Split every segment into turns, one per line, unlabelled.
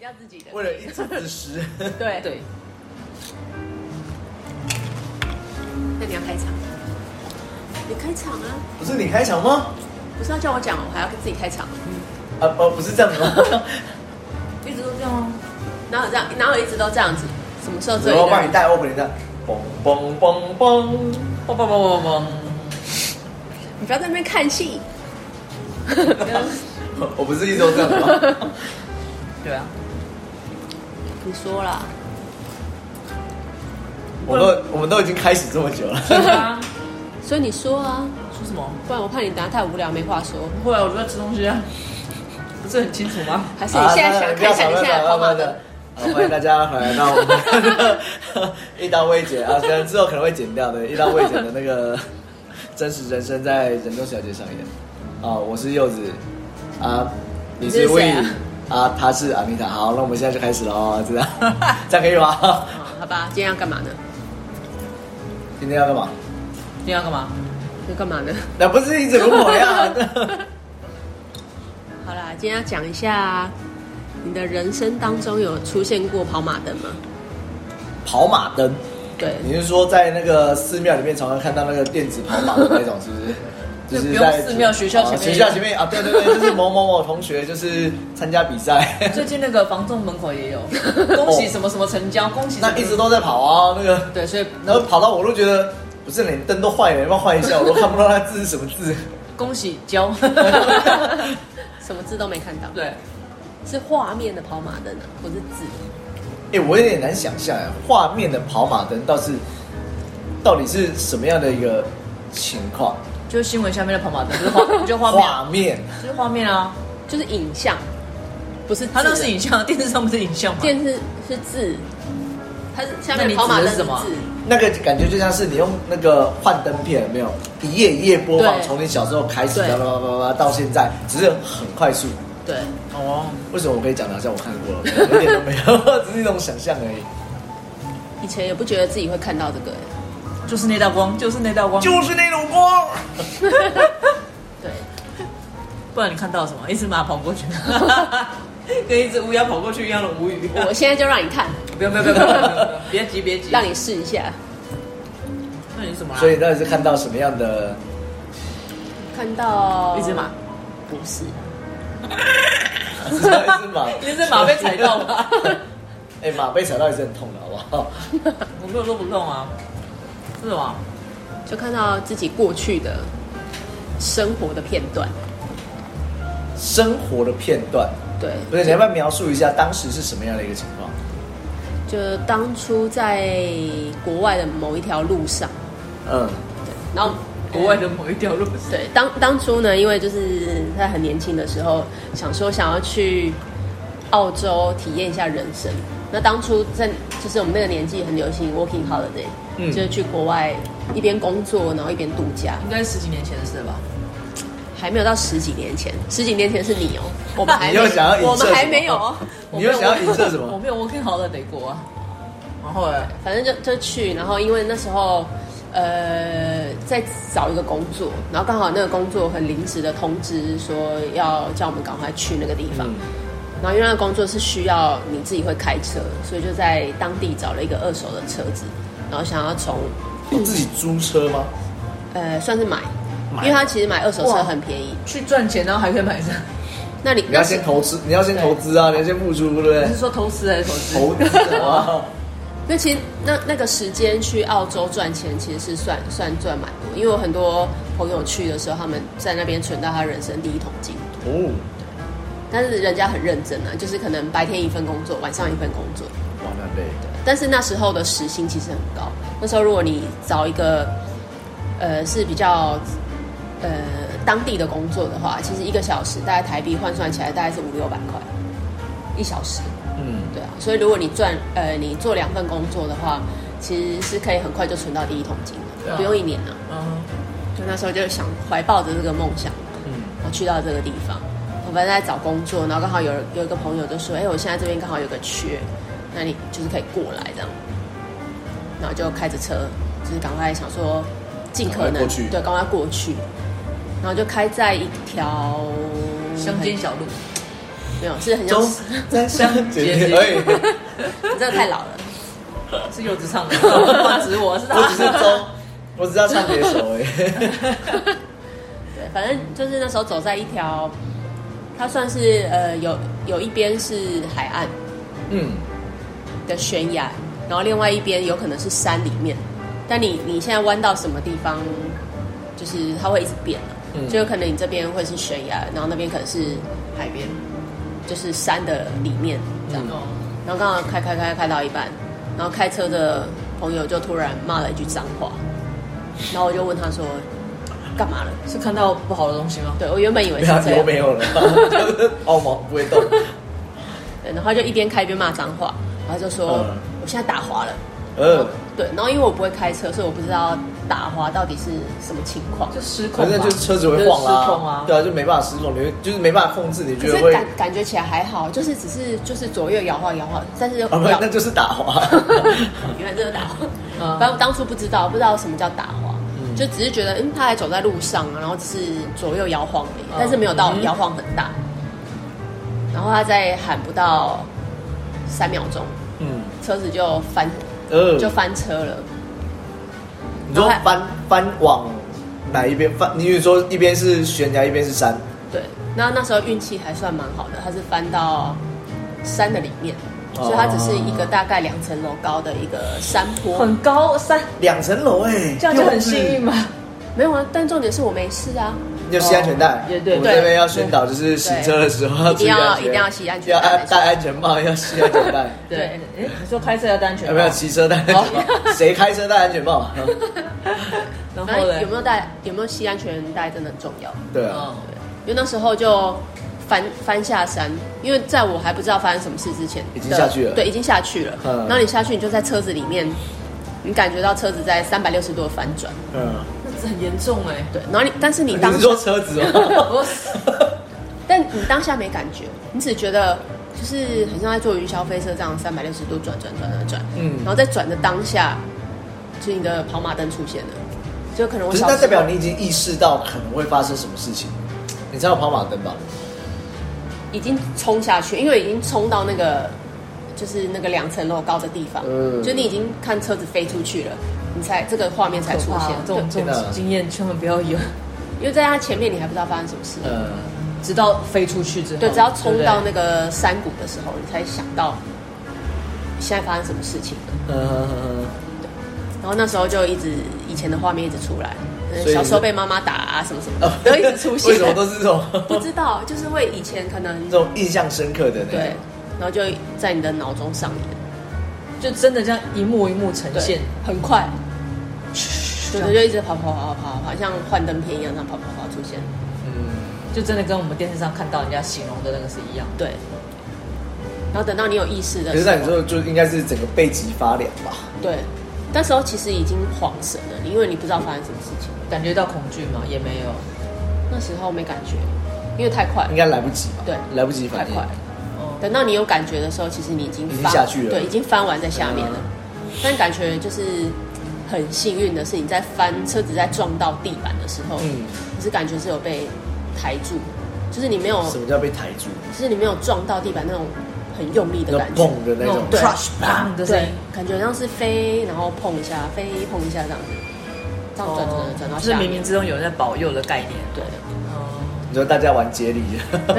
要自己的。
为了一己之私，
对，
对，
那你要开场，你开场啊，
不是你开场吗？
不是要叫我讲，我还要跟自己开场，
啊，不，不是这样子吗？
一直都这样啊。
哪有这样？哪有一直都这样子？什么时候只
我
有一个
帮你
人？
带，我帮你带，嘣嘣嘣嘣。
嘣嘣嘣嘣
你不要在那边看戏。
我不是一直都这样子吗？
嘣， 对啊，
你说啦，
我都 我们都已经开始这么久了，
对啊。
所以你说啊，
说什么？
不然我怕你等下太无聊没话说。
不会啊，我就在吃东西啊，不是很清楚吗？
还
啊
是你现在想看一下你现在的跑马灯？
的。好，呃欢迎大家回来到我们 的一刀未剪啊，虽然之后可能会剪掉的，一刀未剪的那个 真实人生在人中小姐上演。啊，我是柚子，啊，你
你
是
是谁
Win，
啊
啊，他是阿米塔。好，那我们现在就开始喽，这样这样可以吗？
啊，好吧，今天要干嘛呢？
今天要干嘛？
你要干嘛？
要干嘛呢？
那不是一直如啊我呀？
好啦，今天要讲一下，你的人生当中有出现过跑马灯吗？
跑马灯，
对，
你是说在那个寺庙里面常常看到那个电子跑马的那种，是不是？就
对
是
不用
在
寺庙学校前
啊
面
学校前面啊，对对 对，就是某某某同学就是参加比赛，
最近那个房仲门口也有，恭喜什么什么成交，恭喜什么
那一直都在跑啊，那个，
对，所以
然后跑到我都觉得不是连灯都坏了，要不要换一下？我都看不到那字是什么字。
恭喜交，
什么字都没看到，
对，
是画面的跑马灯啊，不是字。
哎、我有点难想象哎，画面的跑马灯倒是到底是什么样的一个情况？
就是新闻下面的跑马灯，就是画，就是画面啊，
画面
就是画面啊，
就是影像，不是字啊
它那是影像，电视上不是影像吗？
电视是字，它是下
那
面
你
跑马灯
指的是什么
字，
那个感觉就像是你用那个幻灯片，有没有一页一页播放，
对
从你小时候开始，
对
叭叭叭叭到现在，只是很快速。
对，
哦，
为什么我可以讲的好像我看过 了？有点都没有， 只是一种想象而已。
以前也不觉得自己会看到这个、欸
就是那道光，就是那道光，
就是那种光，
对，
不然你看到什么？一只马跑过去，跟一只乌鸦跑过去一样的无语。
我现在就让你看，
不用不用不用不用不用，不用别急别急，
让你试一下，
那你什么啦？啊
所以到底是看到什么样的？
看到
一只马，
不是，
只知道一只马，
一只马被踩到吧？
哎、马被踩到也是很痛的，好不好？
我没有说不痛啊，是吗？
就看到自己过去的生活的片段，
生活的片段，
对，
不是你要不要描述一下当时是什么样的一个情况？
就当初在国外的某一条路上，
嗯，
然后嗯
国外的某一条路是
对，当当初呢，因为就是在很年轻的时候，想说想要去澳洲体验一下人生。那当初在就是我们那个年纪很流行 working holiday，、
嗯
就是去国外一边工作，然后一边度假，
应该是十几年前的事吧？
还没有到十几年前。十几年前是你哦、我们还
你
没有
又想要，
我
影射
们还
什么
没有哦。
你又想要影射什
我
么？
没有 working 好的得过啊。然后哎，
反正就就去，然后因为那时候呃在找一个工作，然后刚好那个工作很临时的通知说要叫我们赶快去那个地方，
嗯
然后因为那个工作是需要你自己会开车，所以就在当地找了一个二手的车子，然后想要从嗯
我哦自己租车吗？
嗯
呃算是买，
买
因为它其实买二手车
哇
很便宜，
去赚钱，然后还可以买车。
那你
你要先投资，你要先投资啊，你要先付出，对不对
你是？说投资还是投资？
投资啊，
那其实那那个时间去澳洲赚钱，其实是算算赚蛮多，因为我很多朋友去的时候，他们在那边存到他人生第一桶金。
哦，
但是人家很认真啊，就是可能白天一份工作，晚上一份工作。
哇，那累，
但是那时候的时薪其实很高，那时候如果你找一个呃是比较呃当地的工作的话，其实一个小时大概台币换算起来大概是五六百块一小时，
嗯，
对啊。所以如果你赚呃你做两份工作的话，其实是可以很快就存到第一桶金
对
的，
啊
不用一年啊。
嗯，
就那时候就想怀抱着这个梦想，
嗯
我去到这个地方，我本来在找工作，然后刚好有有一个朋友就说，哎、我现在这边刚好有个缺，那你就是可以过来这样，然后就开着车，就是赶快想说尽可
赶快
能
过去
对，赶快过去，然后就开在一条
乡间小路，
没有，是很像
中，
在香姐
姐
姐
姐，哎。
你真的太老了。
是柚子唱的，不止我是他，
我只是 中，我只知道唱别首而已。
对，反正就是那时候走在一条，它算是呃有有一边是海岸
嗯，
的悬崖，然后另外一边有可能是山里面，但你你现在弯到什么地方，就是它会一直变啊
嗯
就有可能你这边会是悬崖，然后那边可能是海边，就是山的里面这样。
哦
嗯
然后刚好开开开开到一半，然后开车的朋友就突然骂了一句脏话，然后我就问他说干嘛了？
是看到不好的东西吗？
对我原本以为
没
是
有
这样
油，没有了，澳毛不会动。
对，然后他就一边开一边骂脏话，然后就说、
嗯
我现在打滑了。
呃，
对，然后因为我不会开车，所以我不知道打滑到底是什么情况。
就失控
反
吧，
正就是车子会晃
就是失控
啦
啊，
对啊，就没办法失控，你会就是没办法控制，你
可
觉得
是
会
感感觉起来还好，就是只是就是左右摇晃摇晃，但是
啊，不，那就是打滑。
原来这是打滑。
嗯
反正我当初不知道，不知道什么叫打滑，
嗯
就只是觉得，嗯，他还走在路上啊，然后只是左右摇晃而已
嗯，
但是没有到
嗯
摇晃很大。然后他在喊不到三秒钟，
嗯，
车子就翻
呃，
就翻车了，
你说翻翻往哪一边翻？你比如说一边是悬崖，一边是山。
对，那那时候运气还算蛮好的，它是翻到山的里面，
哦
所以它只是一个大概两层楼高的一个山坡。
很高三，
两层楼哎、
这样就很幸运嘛。
没有啊，但重点是我没事啊。
要系安全带
哦，也对
我们这边要宣导，就是行车的时候要
一定要
注意安全
一定要系安全
要
带
安戴安全帽，要系安全 带。
对，哎，你说开车要戴安全哦
有
帽，
没有骑车戴安全帽？
哦
谁开车戴安全帽？
然
反
后
正
嘞
有没有带有没有系安全带真的很重要，
对啊，
哦
嗯，
因为那时候就翻翻下山，因为在我还不知道发生什么事之前，
已经下去了
对，已经下去了。
嗯
然后你下去，你就在车子里面，你感觉到车子在三百六十度的翻转，
嗯，
那是很严重哎。
对。然后你，但是你
你
当
是
下
坐车子吗？
不是
但你当下没感觉，你只觉得就是很像在坐云霄飞车这样三百六十度转转转转转，
嗯
嗯，然后在转的当下，就是你的跑马灯出现了，就可能我
可是
小
那
时
代表
候
你已经意识到可能会发生什么事情，你才有跑马灯吧？
已经冲下去，因为已经冲到那个就是那个两层楼高的地方，
嗯
就你已经看车子飞出去了，你才这个画面才
才
出
出
现
现，这种
对
这种经验千万不要有，
因为在它前面你还不知道发生什么事，
嗯，
直到飞出去之后，
对，只要冲到
对
那个山谷的时候，你才想到现在发生什么事情了。
嗯，
然后那时候就一直以前的画面一直出来，嗯
所以
小时候被妈妈打啊什么什么的，都
然
一直出现。
呃为什么都是这种
不知道，就是会以前可能
这种印象深刻的呢？
对，然后就在你的脑中上演，
不对就真的这样一幕一幕呈现
对，，很快，对
对
对，就一直跑跑跑跑跑跑，像幻灯片一样，这样跑跑跑出现。
嗯，
就真的跟我们电视上看到人家形容的那个是一样。
对，然后等到你有意识的
可是
时
那你
候，
说就应该是整个背脊发凉吧？
对，那时候其实已经恍神了，因为你不知道发生什么事情，
感觉到恐惧吗？也没有，
那时候没感觉，因为太快
应，该来不及吧？
对
来不及
太
反应
快。。
哦，
等到你有感觉的时候，其实你已经
已经
翻
下去了
对，已经翻完在下面了。但感觉就是很幸运的是，你在翻车子在撞到地板的时候，
嗯，
你是感觉是有被抬住，就是你没有，
什么叫被抬住？
就是你没有撞到地板那种很用力
那种
的感觉，
砰的那
那种
种，
对
crush bang 的声
对
音，，
感觉像是飞，然后碰一下，飞碰一下这样子，这样哦转转转转到
哦就是
下
冥
面，
冥之中有人在保佑的概念。
对，
哦，
你说大家玩接力，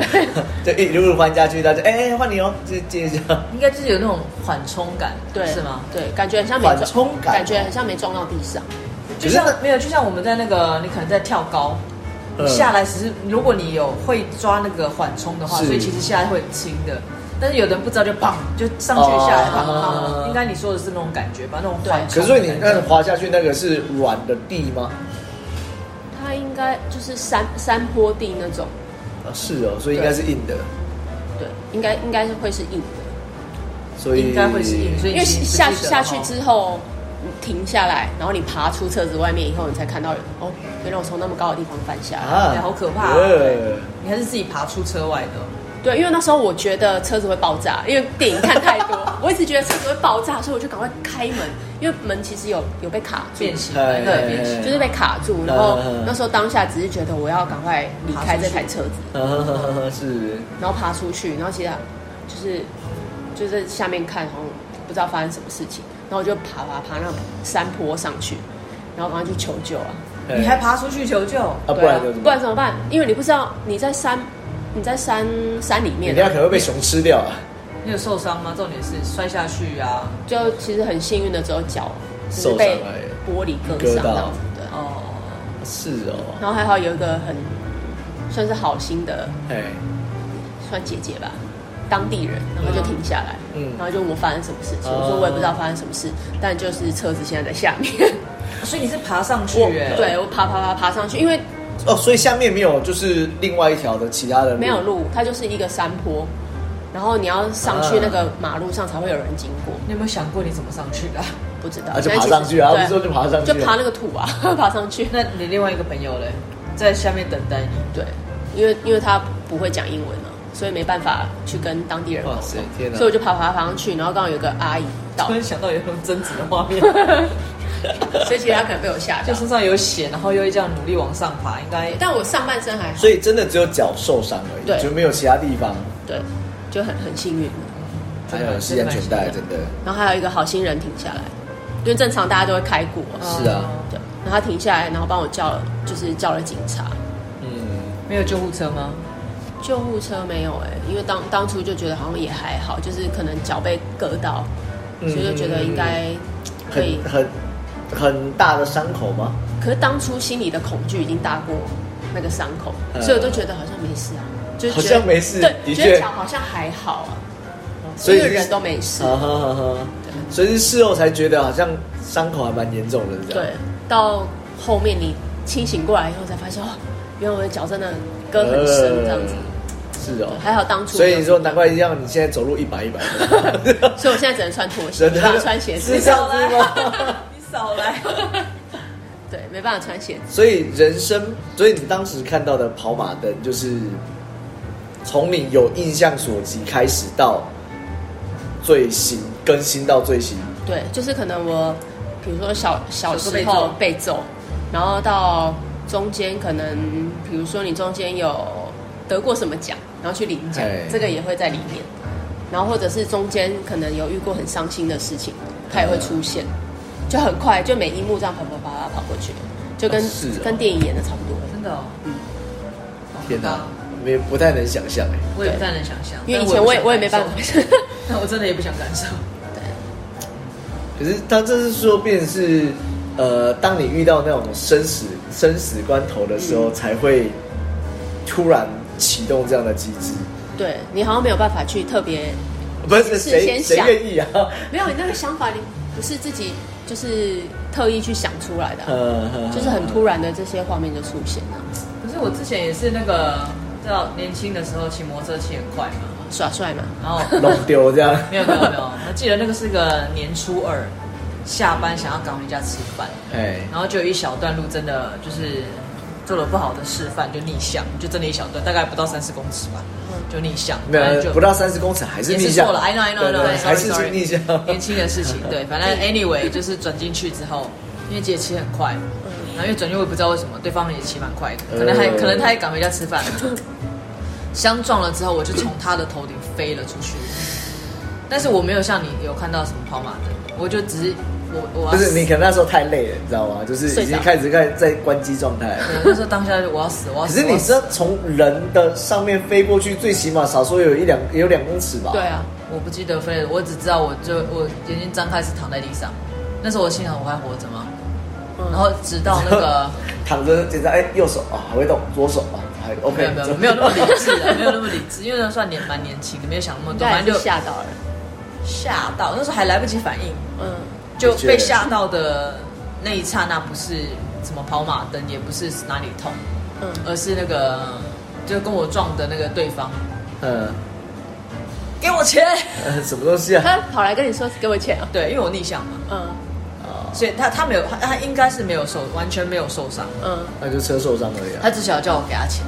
就一路翻下去，大家哎哎换你哦，接接一下，
应该就是有那种缓冲感，
对，
是吗？？
对，感觉很像没
缓
撞
冲感
感觉很像没撞到地上，
就
可是
像没有，就像我们在那个，你可能在跳高。
嗯
下来其实如果你有会抓那个缓冲的话，
是
所以其实下来会很轻的。但是有的人不知道就砰就上去下来砰
哦
砰，应该你说的是那种感觉吧，那种
对
缓冲
可
的感觉。
是你那滑下去那个是软的地吗？
它应该就是山山坡地那种。
啊，是哦，所以应该是硬的，
对，应该应该是会是硬的，
所以
应该会是硬所以
因为
其实
下
记得
下去
哦
之后，你停下来，然后你爬出车子外面以后，你才看到哦，
啊
原来我从那么高的地方翻下来。
对好可怕啊
呃
你还是自己爬出车外的，
对，因为那时候我觉得车子会爆炸，因为电影看太多， 我一直觉得车子会爆炸，所以我就赶快开门，因为门其实有有被卡住，
变形，
对
对变
对
形，
就是被卡住。然后
嗯嗯嗯
那时候当下只是觉得我要赶快离开这台车子，
啊是
然后爬出去，然后其实就是就在下面看，好像不知道发生什么事情，然后我就爬爬爬那山坡上去，然后赶快去求救啊！
对
你还爬出去求救？
哎啊，
对
不然
啊
就怎么
不然
办？
怎么办？因为你不知道你在山你在山山里
你
面
等下
啊、
可能会被熊吃掉啊！
你有受伤吗？重点是摔下去啊！
就其实很幸运的只有脚就是
受伤
被
而已
玻璃割
割
伤
到
这样子对啊
哦，
是哦，
然后还好有一个很算是好心的
哎，
算姐姐吧，当地人，然后就停下来，
嗯
然后就问我发生什么事情，
哦
我说我也不知道发生什么事，但就是车子现在在下面，
所以你是爬上去
我
耶？
对我爬爬爬爬上去，因为
哦，所以下面没有就是另外一条的其他的路
没有路，它就是一个山坡，然后你要上去那个马路上才会有人经过，
你有没有想过你怎么上去的啊？
不知道，
啊，就
但
爬
其实
上去啊，不
对
是说就爬上去
就
啊，
爬那个土啊， 爬上去，
那你另外一个朋友嘞，在下面等 待你。
对，因为因为他不会讲英文啊，所以没办法去跟当地人沟
哇塞
通，
天哪
所以我就爬爬爬上去，然后刚好有一个阿姨 到
突，然想到有一种争执的画面，
所以其实他可能被我吓到
就，身上有血，然后又这样努力往上爬，应该
但我上半身还好。
所以真的只有脚受伤而
对
已，就没有其他地方。
对，就很很幸运。
还有系安全带，真的
然后还有一个好心人停下来，因为正常大家都会开过，
是啊
哦
对。然后他停下来，然后帮我叫了，就是叫了警察，
嗯，
没有救护车吗？
救护车没有哎、因为当当初就觉得好像也还好，就是可能脚被割到，所
嗯
以就觉得应该可以
很。嗯很很大的伤口吗？
可是当初心里的恐惧已经大过那个伤口，
嗯
所以我都觉得好像没事啊，就是觉
好
得
像没事
对，
的
觉得
确
脚好像还好啊，
所以
因为人都没事，
啊哈哈哈，所以是事后才觉得好像伤口还蛮严重的，这样
对，到后面你清醒过来以后才发现，哦，原来我的脚真的割很深这样子。
是哦
对，还好当初，
所以你说难，怪让你现在走路一百一百的，
所以我现在只能穿拖鞋，
真 的啊
没办法穿鞋
是
子
这。样子 吗？
你少来，
对，没办法穿鞋子。
所以人生，所以你当时看到的跑马灯，就是从你有印象所及开始到最新更新到最新，
对，就是可能我，比如说小小时
小时
候
候
被揍，然后到中间可能，比如说你中间有得过什么奖，然后去领奖
哎，
这个也会在里面。然后或者是中间可能有遇过很伤心的事情，它也会出现，就很快就每一幕这样跑跑跑跑跑过去，就跟、
哦是哦
跟电影演的差不多。
真的哦，嗯，
天哪，没不太能想象哎。
我也不太能想象，
因为以前我也我也没办法，
但我真的也不想感受。
可是他这是说，变成是呃，当你遇到那种生死生死关头的时候，才会突然启动这样的机制。
对你好像没有办法去特别，
不是
事
谁
先
谁
想
愿意啊？
没有你那个想法，你不是自己就是特意去想出来的啊、
呃，
就是很突然的这些画面就出现了、
可是我之前也是那个，知道年轻的时候骑摩托车骑很快嘛，
耍帅嘛，
然后
弄丢这样。
没有没有没有，我记得那个是个年初二，下班想要赶回家吃饭，
哎，
然后就有一小段路真的就是做了不好的示范，就逆向，就真的一小段，大概不到三十公尺吧，就逆向，
没
反正
有
就
不到三十公尺还是
也
逆
是
向，
错了，I know I know
对
I
对
know，
对
sorry，
还是
sorry
逆向。
年 轻的事情，对，反正 anyway 就是转进去之后，因为姐骑很快，然后因为转进去我也不知道为什么，对方也骑蛮快的，可能还
呃
可能他也赶回家吃饭了，相撞了之后，我就从他的头顶飞了出去，但是我没有像你有看到什么跑马灯，我就只是我我要
不是
死
你可能那时候太累了，你知道吗？就是已
睡
经
着
开始开始在关机状态了。
对那时候当下就我要死，我要
可
死。
是你
我要
知
死
道从人的上面飞过去，最起码少说有一两也有两公尺吧？
对啊，
我不记得飞了，我只知道我就我眼睛张开是躺在地上，那时候我心想我还活着吗？
嗯
然后直到那 个
躺着检查，哎，右手啊还会动，左手啊还 OK，
没有没有没有那么理智啊，没有那么理智，因为那时候算年蛮年轻的，没有想那么
应
多，
该
反
就
正就
吓到了，
吓到，那时候还来不及反应，
嗯，
就
的确
被吓到的那一刹那，不是什么跑马灯，也不是哪里痛，
嗯
而是那个就跟我撞的那个对方
嗯，
给我钱，
呃什么东西啊？
他跑来跟你说给我钱啊，
对，因为我逆向嘛，
嗯
啊，
所以他他没有他他应该是没有受完全没有受伤，
嗯，
那就车受伤而已啊。
他只想要叫我给他钱，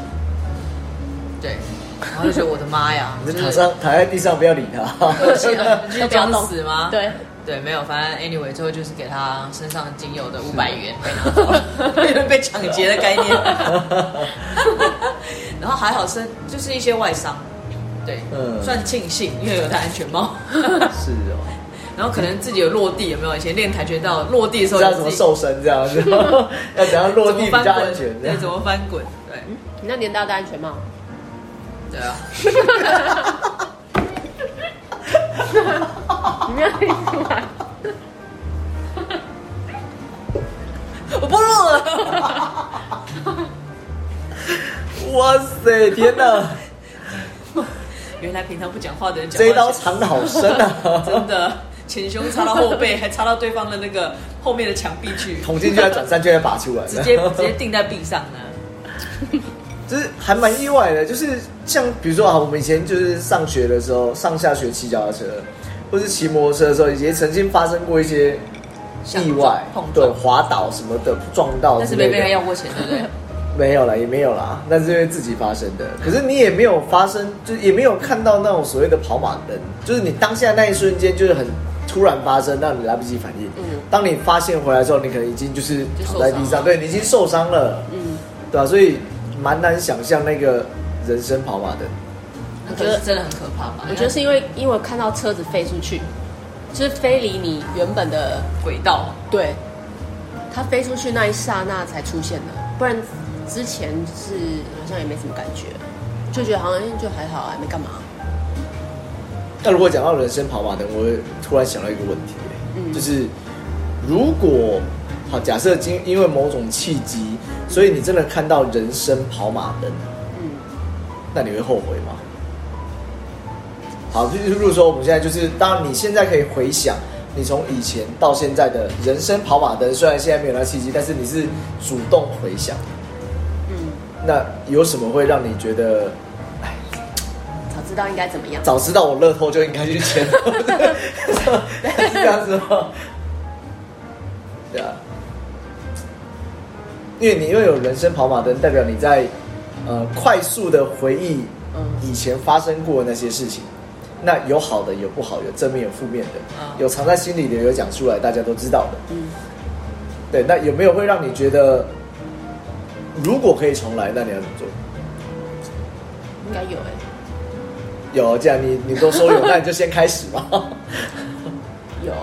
对，然后就觉得我的 妈呀，
你
就
就是躺上躺在地上，不要理他。
就是装死吗？
对，
对，没有，反正 anyway，最后就是给他身上仅有的五百 元被拿走了，被抢劫的概念。然后还好身就是一些外伤，对，
嗯
算庆幸，因为有戴安全帽。
是哦，
然后可能自己有落地，有没有？以前练跆拳道落地的时
不
候
知
有
道
自己，
怎么瘦身 这样子， 要怎样落地比
怎么翻
较
滚
安全？这
对，
样
怎么翻滚？对，
你那年代戴安全帽，
对啊。
你没有听出来？
我不录了。
哇塞，天 哪！
原来平常不讲话的人讲话
这一刀
是
藏的好深 啊！
真的，前胸插到后背，还插到对方的那个后面的墙壁去，
捅进去，再转三圈，再拔出来，
直接直接钉在壁上呢。
就是还蛮意外的，就是像比如说啊，我们以前就是上学的时候，上下学骑脚踏车，或是骑摩托车的时候，也曾经发生过一些
相
意
撞
外
碰，撞
对，滑倒什么的，撞到
但是
之
没
类
被人
的，
要过钱，对不对？
没有啦，也没有啦，那是因为自己发生的。可是你也没有发生，就是也没有看到那种所谓的跑马灯，就是你当下那一瞬间就是很突然发生，让你来不及反应。
嗯
当你发现回来之后，你可能已经就是
就
躺
受
在
伤
地
了
上，对你已经受伤了。
嗯，
对啊，所以蛮难想象那个人生跑马灯。
那可是真的很可怕吧？
我觉得是因为因为我看到车子飞出去，就是飞离你原本的
轨道，
对，它飞出去那一刹那才出现的，不然之前是好像也没什么感觉，就觉得好像就还好啊，没干嘛。
那如果讲到人生跑马灯，我突然想到一个问题、
嗯
就是如果好假设今因为某种契机，所以你真的看到人生跑马灯，
嗯，
那你会后悔吗？好，就是如果说我们现在就是，当然你现在可以回想你从以前到现在的人生跑马灯，虽然现在没有那契机，但是你是主动回想，
嗯，
那有什么会让你觉得哎
早知道应该怎么样。
早知道我乐透就应该去签，是这样子吗？对啊，因为你因为有人生跑马灯，代表你在呃快速的回忆
嗯
以前发生过的那些事情。那有好的，有不好，有正面，有负面的，
嗯
有藏在心里的，有讲出来，大家都知道的。
嗯，
对，那有没有会让你觉得，如果可以重来，那你要怎么做？
应该有哎、
有，既然你你都说有，那你就先开始吧。
有，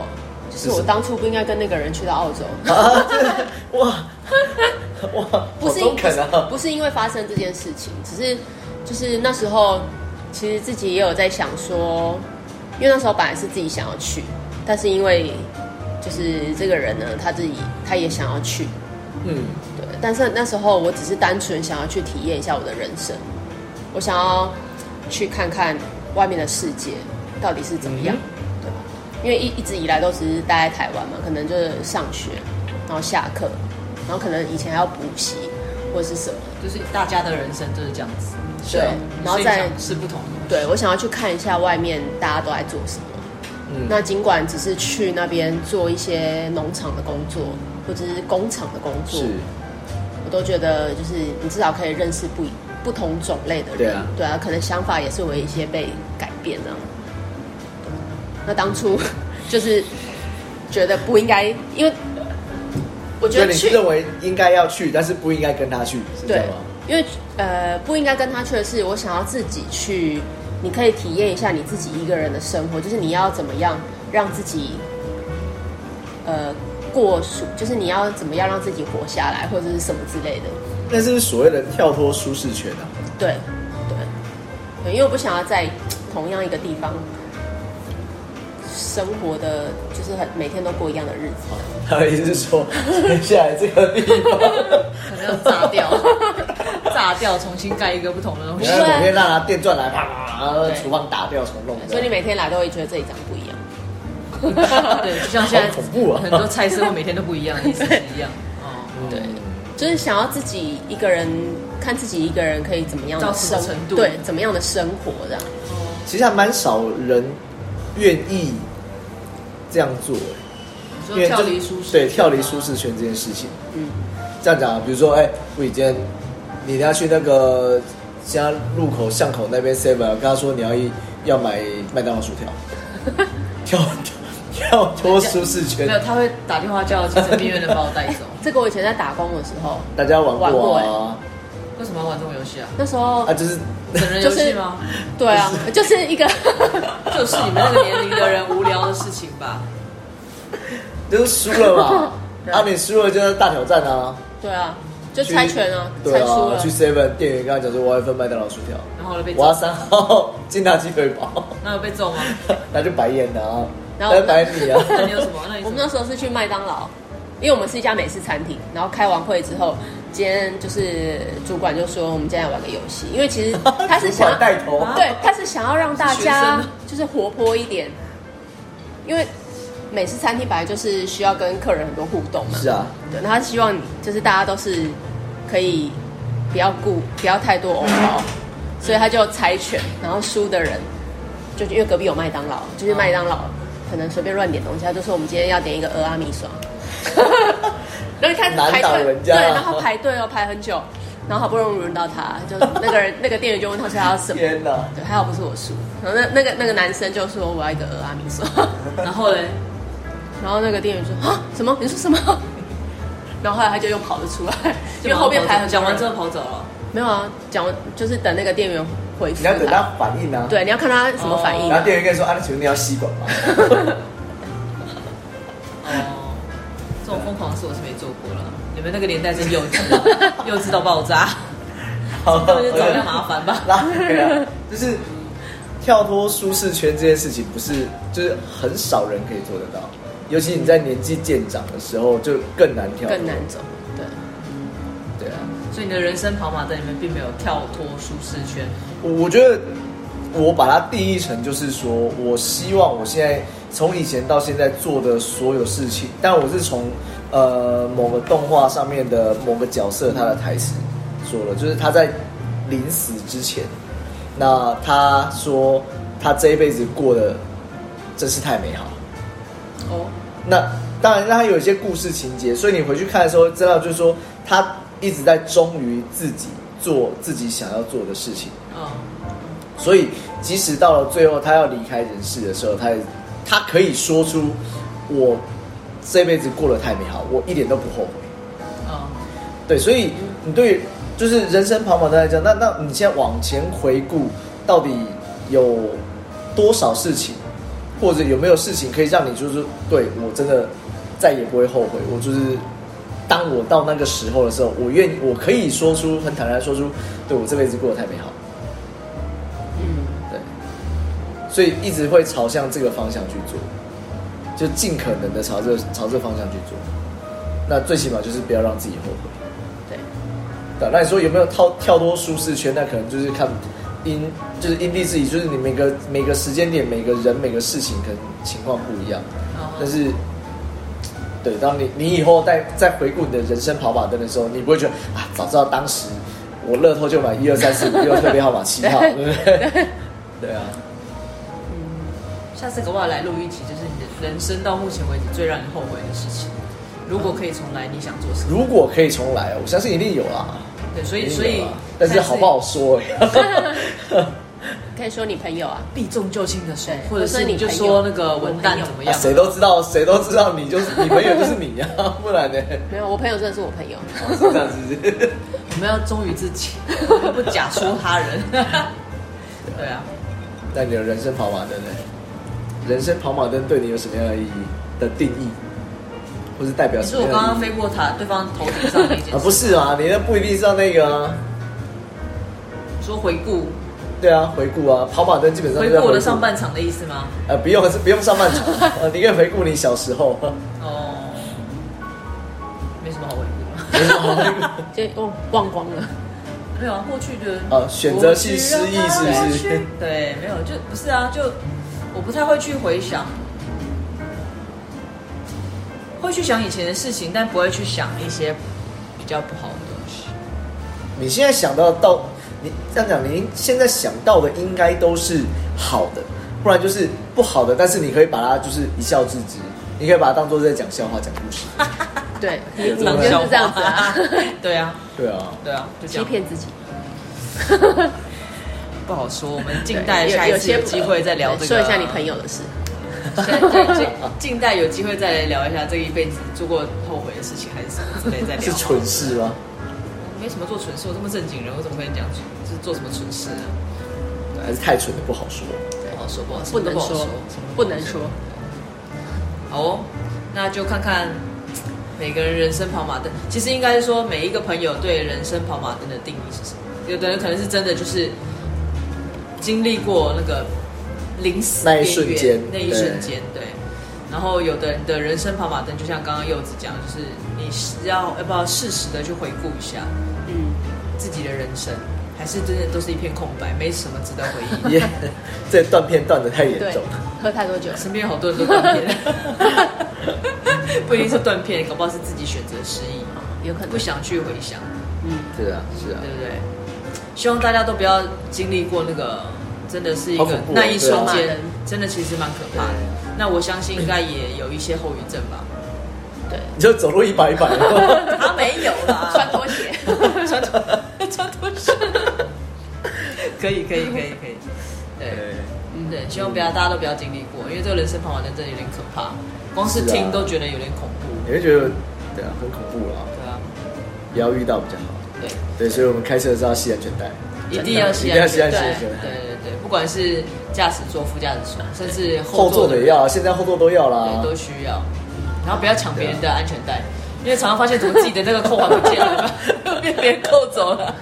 就是是
什
我
么
当初不应该跟那个人去到 澳洲，
啊，对 哇哇，
不是
好中肯啊！
不是因为发生这件事情，只是就是那时候其实自己也有在想说，因为那时候本来是自己想要去，但是因为就是这个人呢，他自己他也想要去，
嗯，
对，但是那时候我只是单纯想要去体验一下我的人生，我想要去看看外面的世界到底是怎么样，
嗯
对吧？因为一一直以来都只是待在台湾嘛，可能就是上学，然后下课，然后可能以前还要补习或者是什么，
就是大家的人生就是这样子，
对，然后再
是不同的。
对我想要去看一下外面大家都在做什么。
嗯
那尽管只是去那边做一些农场的工作，或者是工厂的工作，
是
我都觉得就是你至少可以认识不一不同种类的人，
对啊
可能想法也是会一些被改变的、那当初 就是觉得不应该，因为我觉
所以
得
你
去
是认为应该要去，但是不应该跟他去，是这
对
样吗？，
因为呃不应该跟他去的是，我想要自己去，你可以体验一下你自己一个人的生活，就是你要怎么样让自己呃过暑，就是你要怎么样让自己活下来，或者是什么之类的。
那是不是所谓的跳脱舒适圈 啊。
对，对，对，因为我不想要在同样一个地方生活的，就是很每天都过一样的日子。
哦
他的意思是说，接下来这个地方，
可能要炸掉， 炸掉，重新盖一个不同的东
你
西
对。
要每天让他电钻来啪，
对
厨房打掉重弄
所以你
的。
每天来都会觉得这里长不一样。
对，就像现在
好恐怖啊
很多菜色会每天都不一样，意思是 一样。哦，
嗯
对就是想要自己一个人，看自己一个人可以怎么样
到
的
什
生
么程度
对，怎么样的生活这样。
其实还蛮少人愿意这样做、欸，
你说跳离舒适，啊
对跳离舒适圈这件事情。
嗯，
这样讲啊，比如说，哎、我以前你要去那个家路口巷口那边 seven，跟他说你要一要买麦当劳薯条，跳跳脱舒适圈
没。有，他会打电话叫精神病院的把我带走。
这个我以前在打工的时候，
大家玩
玩
过
过
啊？
为什么要玩这种游戏啊？
那时候
啊，就是
整人游戏吗？
对啊，就是一个
就是你们那个年龄的人无聊的事情吧。。
就是输了嘛
对
啊，你输了就是大挑战啊！
对啊，就猜拳啊，
去
猜
对
输
啊，
了
去 Seven 店员跟他讲说我要一份麦当劳薯条，
然后呢被
我要
揍，
三号金达鸡腿堡，
那有被揍吗？
他就白眼的啊，
然后
他就白你啊。
那你有什么？那你
我们
什么
那时候是去麦当劳，因为我们是一家美式餐厅，然后开完会之后，今天就是主管就说我们今天要玩个游戏，因为 其实他是想
主管带头
要对，他是想要让大
是学生
家
啊
就是活泼一点，因为美式餐厅本来就是需要跟客人很多互动嘛，
是啊，
对，然后他希望你就是大家都是可以不要顾不要太多欧包，所以他就猜拳，然后输的人就因为隔壁有麦当劳，就是麦当
哦
劳可能随便乱点东西，他就说我们今天要点一个俄阿米 爽，然后他
难
排
倒
队
人，
对，
家
然后排队哦排很久，然后好不容易轮到他，就那个人那个店员就问他说他要什么，
天哪！
对，还好不是我输，然后那那个那个男生就说我要一个俄阿米 爽。
然后嘞，
然后那个店员说啊什么？你说什么？ 然后后来他就又跑了出来，因为后面排很
讲完之
后
后跑走了。
没有啊，讲完就是等那个店员回
你
复啊
要等他反应啊。。
对，你要看他什么反应、
然
啊
后店员跟你说啊，那请问你要吸管 吗？
哦，这种疯狂的事我是没做过了。你们那个年代真幼稚，啊幼稚到爆炸，
好，
根本就找一个麻 烦吧。
拉回来，就是跳脱舒适圈这件事情，不是就是很少人可以做得到，尤其你在年纪渐长的时候，就更难跳脱
更难走。对，
对啊，
所以你的人生跑马灯里面并没有跳脱舒适圈，
我我觉得我把它定义成就是说，我希望我现在从以前到现在做的所有事情，但我是从呃某个动画上面的某个角色他的台词说了，就是他在临死之前，那他说他这一辈子过得真是太美好。
哦，
那当然，那他有一些故事情节，所以你回去看的时候，知道就是说他一直在忠于自己做自己想要做的事情。
嗯，
所以即使到了最后他要离开人世的时候，他也他可以说出我这辈子过得太美好，我一点都不后悔。
嗯，
对，所以你对就是人生跑马灯来讲，那那你现在往前回顾，到底有多少事情，或者有没有事情可以让你就是对我真的再也不会后悔？我就是当我到那个时候的时候，我愿意，我可以说出很坦然地说出，对我这辈子过得太美好。
嗯，
对，所以一直会朝向这个方向去做，就尽可能的朝这朝这方向去做。那最起码就是不要让自己后悔。
对，
对，啊那你说有没有跳跳脱舒适圈？那可能就是看因就是因地制宜，就是你每个每个时间点、每个人、每个事情，可能情况不一样。
哦
但是，对，当你你以后再再回顾你的人生跑马灯的时候，你不会觉得啊，早知道当时我乐透就买一二三四五六特别号码七 号，对不对？对啊，
下次给我来录一集，就是你的人生到目前为止最让你后悔的事情。如果可以重来，你想做什么？
如果可以重来，我相信一定有啦。
对，所以
一定有
所以
啦，但是好不好说、欸？
可以说你朋友啊，
避重就轻的说
对，
或者
或
是
者是
你
你
就
朋
说
友
那个文蛋怎么 样？
哎谁都知道，谁都知道，你就是你朋友就是你呀、啊，不然呢？
没有，我朋友真的是我朋友，啊
是这样子，
我们要忠于自己， 我们不假说他人。 对啊，
那你的人生跑马灯呢？人生跑马灯对你有什么样的意义的定义，或是代表
你
什
是
么
我
样的意义？
刚刚飞过他对方头顶上的一件
啊，
事，
不是啊，你那不一定是要那个啊。
说回顾
对啊，回顾啊，跑马灯基本上
回
就在
顾我的上，半场的意思吗？
呃，不用是不用上半场，呃， 你可以回顾你小时候，
哦，没什么好回顾的。
没什么好回顾
就忘忘光了，
没有啊，过去的
呃选择性失忆是不是
过去让它过去对，没有，就不是啊，就我不太会去回想，会去想以前的事情，但不会去想一些比较不好的东西。
你现在想到到你这样讲，你现在想到的应该都是好的，不然就是不好的，但是你可以把它就是一笑置之，你可以把它当做在讲笑话、讲故事。
对，你
有这
你
种
就是这样子啊，
对啊，
对啊，
对啊，就这
欺
样。
骗自己，
不好说，我们静
对
待
有
下一
有
次
些
有机会再聊这个。
说一下你朋友的事。
对，对静静待有机会再来聊一下这一辈子做过后悔的事情还是什么之类，再
是
聊。
蠢事吗？
没什么做蠢事，我这么正经人，我怎么跟你讲就是做什么蠢事呢？啊
还是太蠢的不好说？
不好说，不好说，
不能
都好
说，不能说。
好哦，那就看看每个人人生跑马灯。其实应该说，每一个朋友对人生跑马灯的定义是什么？有的人可能是真的就是经历过那个临死
那一
边
瞬
缘
间
那一
对
瞬间，对。然后有的人的人生跑马灯，就像刚刚柚子讲，就是你是要要不要适时的去回顾一下
嗯，
自己的人生，还是真的都是一片空白，没什么值得回忆。
耶、这断片断的太严
对
重了。，
喝太 多酒了。
身边有好多人都断片， 不一定是断片，搞不好是自己选择失忆，
有可能
不想去回想，
嗯，
是啊，是啊
对，不对？希望大家都不要经历过那个，真的是一
好
个
恐怖哦
那一瞬
对
间
啊，
真的其实蛮可怕的
对。
那我相信应该也有一些后遗症 吧？
对，
你就走路一摆一摆，
他没有啦，
穿拖鞋。
穿拖穿拖鞋，可以可以可以可以，对。嗯，对，希望不要大家都不要经历过，因为这个人生跑马灯真的有点可怕，光是
是啊
听都觉得有点恐怖。
你会觉得对啊，很恐怖啦，
对啊，
不要遇到比较好。
对，
对，所以我们开车的时候要系安全带，
一定要
一
系
定要
安
系安
全
全
带。
带
对
带。
对对，不管是驾驶座、副驾驶座，甚至
后座的也要，啊现在后座都要啦
对，。都需要。然后不要抢别人的安全带，因为常常发现怎么自己的那个扣环不见了，又被别人扣走了。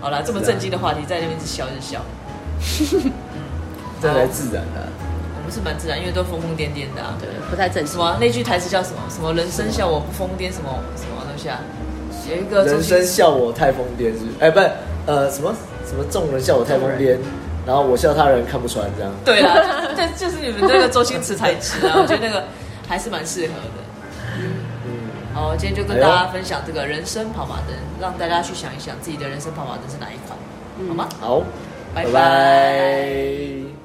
好了，这么正经的话题，在那边一直笑一直笑，
这才自然啊。
我们是蛮自然，因为都疯疯癫癫的啊。
对，不太正
什
常。
么那句台词叫什么？什么人生笑我不疯癫，什么什么东西啊？有一个
人
周星
生笑我太疯癫是不是，哎，不是，呃，什么什么众人笑我太疯
众
癫，然后我笑他人看不穿这样。
对啦， 这就是你们这个周星驰才知啊，我觉得那个还是蛮适合的。
嗯，
好，今天就跟大家分享这个人生跑马灯，让大家去想一想自己的人生跑马灯是哪一款，好吗？
好，
拜
拜
拜
拜